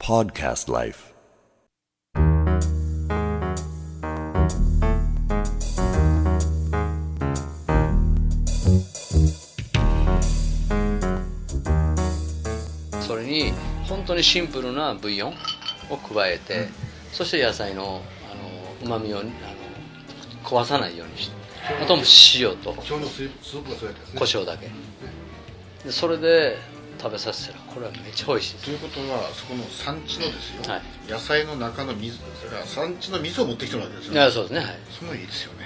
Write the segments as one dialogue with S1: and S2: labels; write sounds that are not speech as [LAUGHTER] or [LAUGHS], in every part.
S1: Podcast Life
S2: それに本当にシンプルなブイヨンを加えて、そして野菜のうまみをあの壊さないようにしてあともう塩と
S3: 基本のスープスープがそうやったんですね
S2: 胡椒だけでそれで食べさせたらこれはめっちゃ美味しいです
S3: ということはそこの産地のですよ、
S2: はい
S3: 野菜の中の水それから産地の水を持ってきてるわけですよ
S2: い
S3: ね
S2: やそうですねはい
S3: そのいいですよね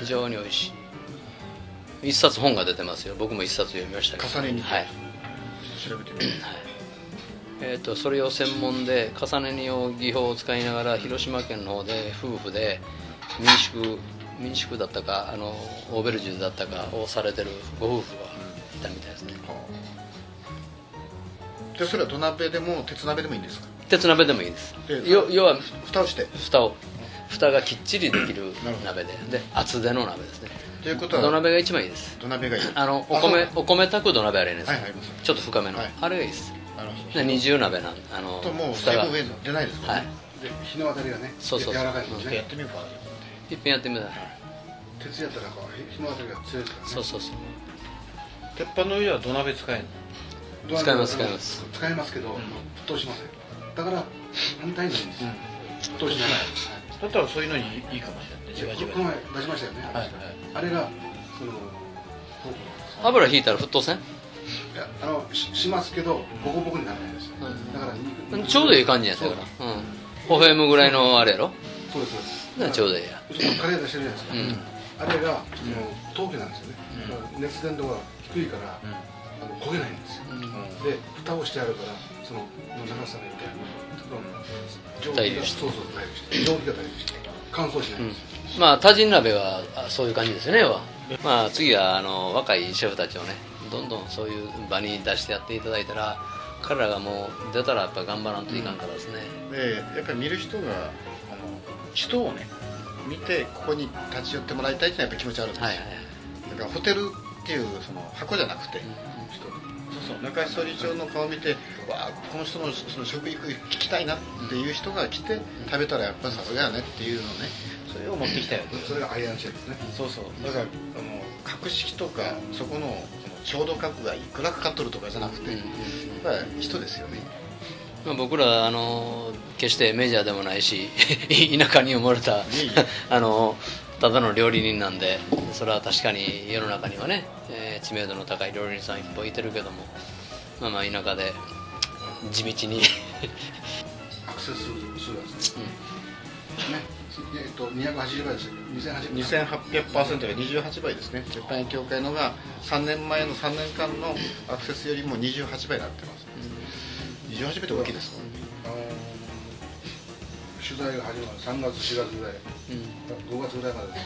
S2: 非常に美味しい一冊本が出てますよ僕も一冊読みましたけど
S3: 重ね煮
S2: はい、はい
S3: 調べてみる
S2: えー、とそれを専門で重ね煮を技法を使いながら広島県の方で夫婦で民宿民宿だったかあのオーベルジュだったかをされてるご夫婦がいたみたいですね
S3: でそれは土鍋でも鉄鍋でもいいんですか
S2: 鉄鍋でもいいです
S3: ええ
S2: よ要は
S3: 蓋をして
S2: 蓋を蓋がきっちりできる
S3: なるほど
S2: 鍋でで厚手の鍋ですね
S3: ということは
S2: 土鍋が一番いいです
S3: 土鍋がいい
S2: あのお
S3: そう
S2: 米お米炊く土鍋あれね、
S3: はいはいあります
S2: ちょっと深めの、
S3: はい
S2: あれがいいです
S3: なるほ
S2: で二重鍋なんあの
S3: どともう
S2: 蓋
S3: 最
S2: が
S3: 後上に出ないですからね、
S4: で日の当たりがね
S2: そうそうそう
S4: 柔らかいです
S3: ちょっ
S4: よ
S3: とや
S4: ね
S3: ってみようか
S2: いっぺんやってみたら、
S4: 鉄やったらこう日の当たりが強いですからね
S2: そうそうそう
S5: 鉄板の上は土鍋使えんの
S4: どうなる
S2: 使います
S4: か
S2: 使います
S4: 使いますけど、沸騰しませんだから反対なんですよ、沸騰しない、
S5: だったらそういうのにいいかもしれないじわ
S4: はい
S5: じ
S4: で
S5: わ
S4: この前出しましたよね、
S5: はいはい
S4: あれがその
S2: 油引いたら沸騰せん
S4: いやあのししますけどボコボコにならないですよ、だから肉
S2: ちょうどいい感じやったからうんホフェムぐらいのあれやろ
S4: そうですそうです
S2: だからちょうどいいや
S4: うちのカレー出してるじゃないですか、あれがその陶器なんですよね、だから熱伝導が低いから、あの焦げないんですよ、で蓋をしてあるからその長さがいいから蒸気が
S2: 対流して
S4: そうそう対流して蒸気が対流して乾燥しないんですよ、
S2: まあ多人鍋はあそういう感じですよね要はまあ次はあの若いシェフたちをねどんどんそういう場に出してやっていただいたら彼らがもう出たらやっぱ頑張らんといかんからですね、
S3: なでやっぱり見る人があの人をね見てここに立ち寄ってもらいたいっていうのはやっぱり気持ちあるんですよ、
S2: はいはいはい
S3: だからホテルっていうその箱じゃなくて、そうそう中総理長の顔見て、わあこの人のその食育聞きたいなっていう人が来て食べたらやっぱさすがやねっていうのね
S5: それを持ってきたよ
S4: それがアイアンシェルですね
S5: そうそう
S3: だからあの格式とかそこのその調度格がいくらかかっとるとかじゃなくて、
S2: うん
S3: やっぱり人ですよね
S2: まあ、僕らあの決してメジャーでもないし [LAUGHS] 田舎に埋もれた
S3: いえ
S2: [LAUGHS] あのただの料理人なんでそれは確かに世の中にはね、えー知名度の高い料理人さんいっぱいいてるけどもまあまあ田舎で地道に [LAUGHS]
S4: アクセス数がですね、ねすえっと280倍でしたけど2080倍
S3: 2800%が28倍ですね絶対協会のが3年前の3年間のアクセスよりも28倍になってます、28倍って大きいですもんね
S4: あの取材が始まる3月4月ぐらい、5月ぐらいまでですね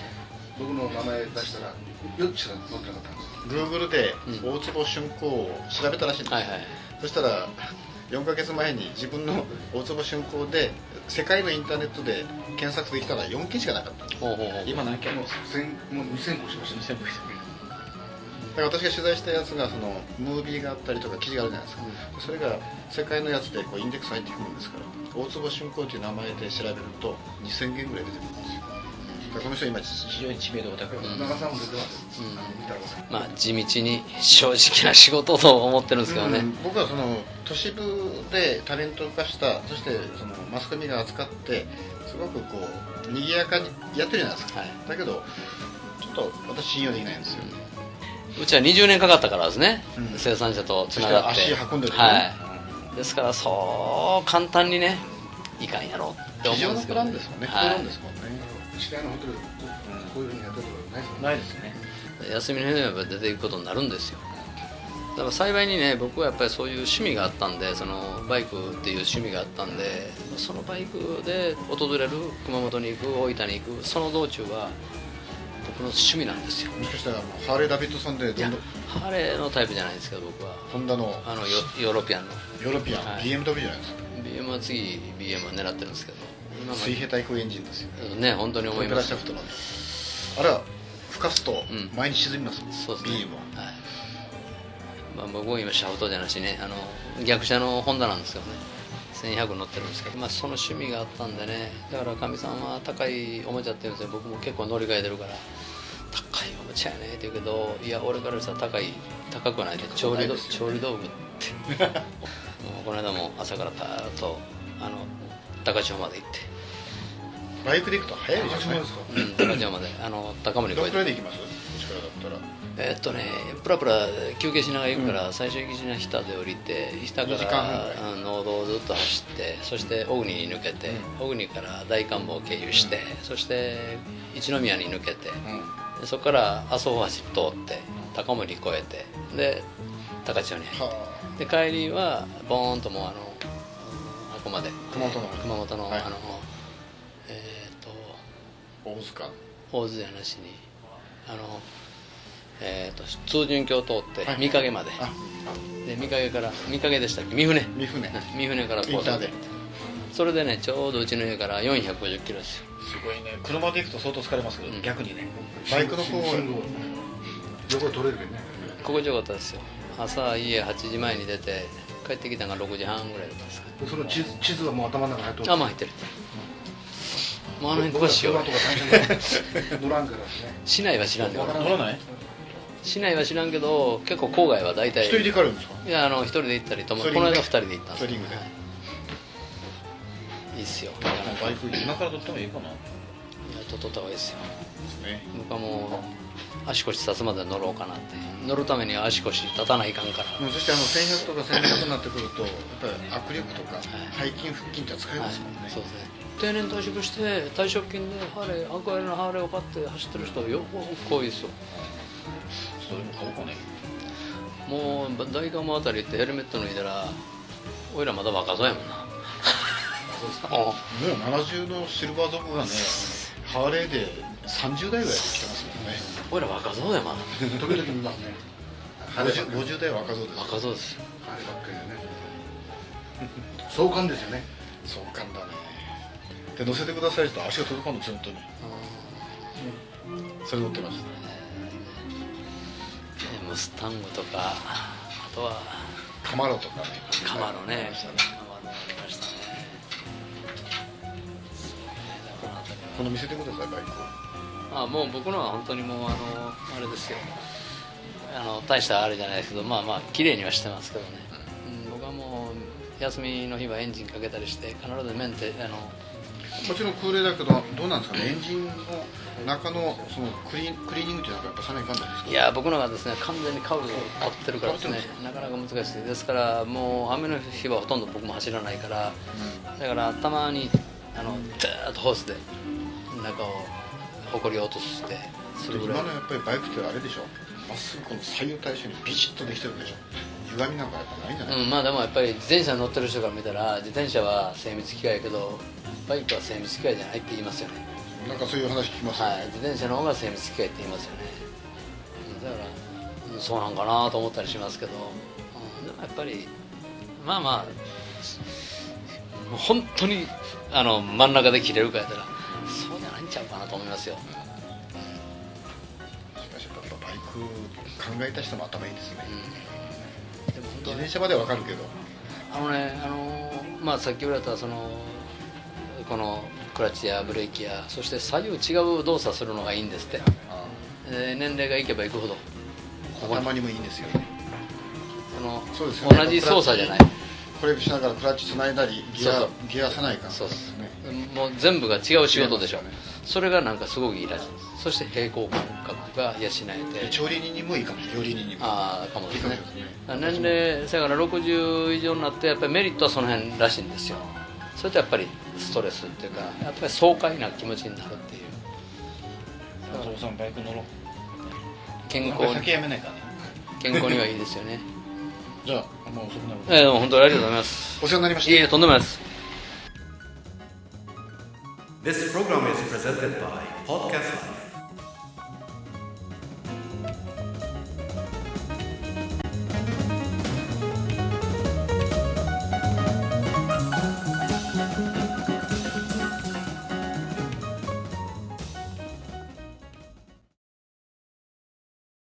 S4: 僕の名前出したら4つしか載ってなかったんですよ
S3: Google で大坪春光を調べたらしいんです、
S2: はいはい
S3: そしたら4ヶ月前に自分の大坪春光で世界のインターネットで検索できたら4件しかなかった
S2: ほうほうほう
S5: 今何件
S4: も
S5: も
S4: う1000もう2000個しました
S5: 2000個
S3: だから私が取材したやつがそのムービーがあったりとか記事があるじゃないですか、それが世界のやつでこうインデックス入ってくるんですから大坪春光という名前で調べると2000件ぐらい出てくるんですよだからこの人今
S5: 非常に知名度が高い
S4: 長さんも出てます、あの見たら分かる
S2: まあ地道に正直な仕事と思ってるんですけどね、
S3: うん僕はその都市部でタレント化したそしてそのマスコミが扱ってすごくこう賑やかにやってるじゃないですか、
S2: はい
S3: だけどちょっと私信用できないんですよ、
S2: うちは20年かかったからですね、
S3: うん
S2: 生産者とつながって
S3: そして足運んでるね
S2: はい、ですからそう簡単にねいかんやろって
S3: 非
S2: 思う
S3: 常
S2: んで
S3: の
S2: す
S3: プ
S2: けど、
S3: ラ
S2: ね、
S3: ンですもんね、プ
S2: は
S3: ランですもんね
S4: 知り合いのホテルこういうふうにやったところないですもんね
S5: ないですね
S2: い、休みの日でもやっぱり出ていくことになるんですよだから幸いにね僕はやっぱりそういう趣味があったんでそのバイクっていう趣味があったんでそのバイクで訪れる熊本に行く大分に行くその道中は僕の趣味なんですよ
S3: もしかしたらもうハーレー・ダビッドソンで
S2: い
S3: ど
S2: や
S3: んどん
S2: ハーレーのタイプじゃないんですけど僕は
S3: ホンダの
S2: あのヨヨーロピアンの
S3: ヨーロピアン、
S2: はい
S3: BMW じゃないですか
S2: BM は次 BM は狙ってるんですけど今
S3: 水平対空エンジンですよ
S2: までね本当に思
S3: プ
S2: い
S3: ラ
S2: ま
S3: シ
S2: す
S3: ャフトのあれは吹かすと
S2: ん
S3: 前に沈みます、
S2: そうですね
S3: BM は
S2: はいまあ、僕は今シャフトじゃなしねあの逆車のホンダなんですけどね1100乗ってるんですけど、まあ、その趣味があったんでねだからかみさんは高いおもちゃって言うんですよ僕も結構乗り換えてるから高いおもちゃやねって言うけどいや俺からしたら高い高くないで調理道調理道具って [LAUGHS] もうこの間も朝からパーッとあの高千穂まで行って
S3: バイクで行くと早いじゃ
S4: 始ま
S3: な
S4: る
S3: いで
S4: んですす
S3: か
S2: う
S4: か
S2: ん高千穂まであの高森
S3: ど
S2: 越え
S3: のくらい
S2: て
S3: で行きますこっちからだったら
S2: えーっとねプラプラ休憩しながら行くから、最終駅地の日田で降りて日田か
S3: 二時間半ぐ
S2: らうん農道をずっと走ってそして小国に抜けて、小国から大観望を経由して、そして一宮に抜けて、でそこから麻生大橋通って高森越えてで高千穂に入って
S3: は
S2: で帰りはボーンともうあのうんあこまで
S3: 熊本の
S2: 熊本の、
S3: はい
S2: あのえーっと
S3: あ大塚
S2: 大津やなしにあのえー、と通潤橋通って
S3: はい
S2: 三陰まで、
S3: あ
S2: で三陰から三陰でしたっけ三船
S3: 三船
S2: 三船から
S3: イン
S2: う
S3: ターで
S2: それでねちょうどうちの家から450キロですよ
S5: すごいね車で行くと相当疲れますけど、
S2: うん
S5: 逆にね
S3: バイクの方は
S4: 信号横で取れるけどね
S2: 心地よかったですよ朝家8時前に出て帰ってきたのが6時半ぐらいだったんですかね
S4: その地図地図はもう頭の中に入っとる
S2: あもう入ってるもうあの辺
S4: 僕
S2: 詳
S4: ら
S2: しいよ
S4: 車とか大 [LAUGHS] 変だ乗らんからね
S2: 市内は知らんけど
S5: 乗らない
S2: 市内は知らんけど結構郊外は大体
S3: 一人で行かれるんですか
S2: いやあの一人で行ったりとも
S3: ツー
S2: こ
S3: リング
S2: の間二人で行ったんです
S3: ツーリングで
S2: はいいいっすよ
S5: バイク今から撮ってもいいかな
S2: 雇っとった方がいいですよ
S3: ですね
S2: 僕はもう足腰立つまで乗ろうかなって乗るためには足腰立たないかんから、
S3: うんそしてあの1100とか1200になってくるとやっぱり握力とか
S2: は
S3: 背筋腹筋って使え
S2: は
S3: ま
S2: い
S3: すもんね、
S2: そうですね定年退職して退職金でハーレー憧れのハーレーを買って走ってる人よく多いですよ
S5: それも買おうかね
S2: もう大河もあたりってヘルメット脱いだらおいらまだ若そうやもんな [LAUGHS] お
S3: もう70のシルバー族がねハーレーで30代ぐらいで来てますもんね
S2: おいら若そうやまだ
S4: 時々見ますねあればっか
S3: 50,
S4: り
S3: 50代は若造です
S2: 若そうですよ
S4: あればっかりだね壮観ですよね
S3: そうかんだねで乗せてくださいって言うと足が届かんのずっとにそれ乗ってました
S2: でもスタングとかあとは
S3: カマロとかね
S2: カマロね
S3: ました
S2: カマロありましたねそうねだからあたりは
S3: この見せてくださいバイクを
S2: あもう僕のは本当にもうあのあれですよあの大したあれじゃないですけどまあまあ綺麗にはしてますけどね、うん、僕はもう休みの日はエンジンかけたりして必ずメンテあの
S3: もちろん空冷だけどどうなんですかねエンジンの中のそのクリーンクリーニングっていうのはやっぱさないかんないですか
S2: いやー僕のがですね完全にカブを買ってるからですね
S3: 被って
S2: なかなか難しいですからもう雨の日はほとんど僕も走らないから、だからたまにあのダーッとホースで中をほこりを落としてす
S3: そ
S2: る
S3: れ
S2: ぐ
S3: 今
S2: らい
S3: のやっぱりバイクってあれでしょまっすぐこの左右対称にビシッとできてるでしょ歪みなんかやっぱないんじゃない、
S2: うん、まあでもやっぱり自転車に乗ってる人から見たら自転車は精密機械やけどバイクは精密機械じゃないって言いますよね、
S3: なんかそういう話聞きますよね、
S2: はい、自転車の方が精密機械って言いますよねうんだからうんそうなんかなと思ったりしますけど、うん、でもやっぱりまあまあもう本当にあの真ん中で切れるかやったらそうじゃないんちゃうかなと思いますよ
S3: しかしやっぱバイク考えた人も頭いいですね、
S2: でも本
S3: 自
S2: 当
S3: 転車まではわかるけど
S2: あのね、あのーまあ、さっき言われたそのこのクラッチやブレーキやそして左右違う動作するのがいいんですって、えー年齢がいけばいくほどここに
S3: 頭にもいいんですよね
S2: その
S3: そうですよね
S2: 同じ操作じゃない
S3: これしながらクラッチつないだりギア
S2: そう
S3: ギアさないから
S2: そうです
S3: ね
S2: もう全部が違う仕事でしょ
S3: 違いますよね
S2: それがなんかすごくいいらしいそして平行感覚が養え
S3: で
S2: て
S3: 調理人にもいいかもしれない料理人にも
S2: ああかも
S3: いい
S2: です
S3: かも
S2: ね
S3: しれないですね
S2: 年齢だから60以上になってやっぱりメリットはその辺らしいんですよそれとやっぱりストレスっていうかやっぱり爽快な気持ちになるっていう
S5: お父さんバイク乗ろう
S2: 健
S5: なん
S2: 康
S5: か
S2: に
S5: 酒やめないかね
S2: 健康にはいいですよね
S3: じゃああんま遅くなる
S2: ええでも本当にありがとうございます
S3: お世話になりました
S2: いえいえとんでもないです
S1: This program is presented by Podcast Lab.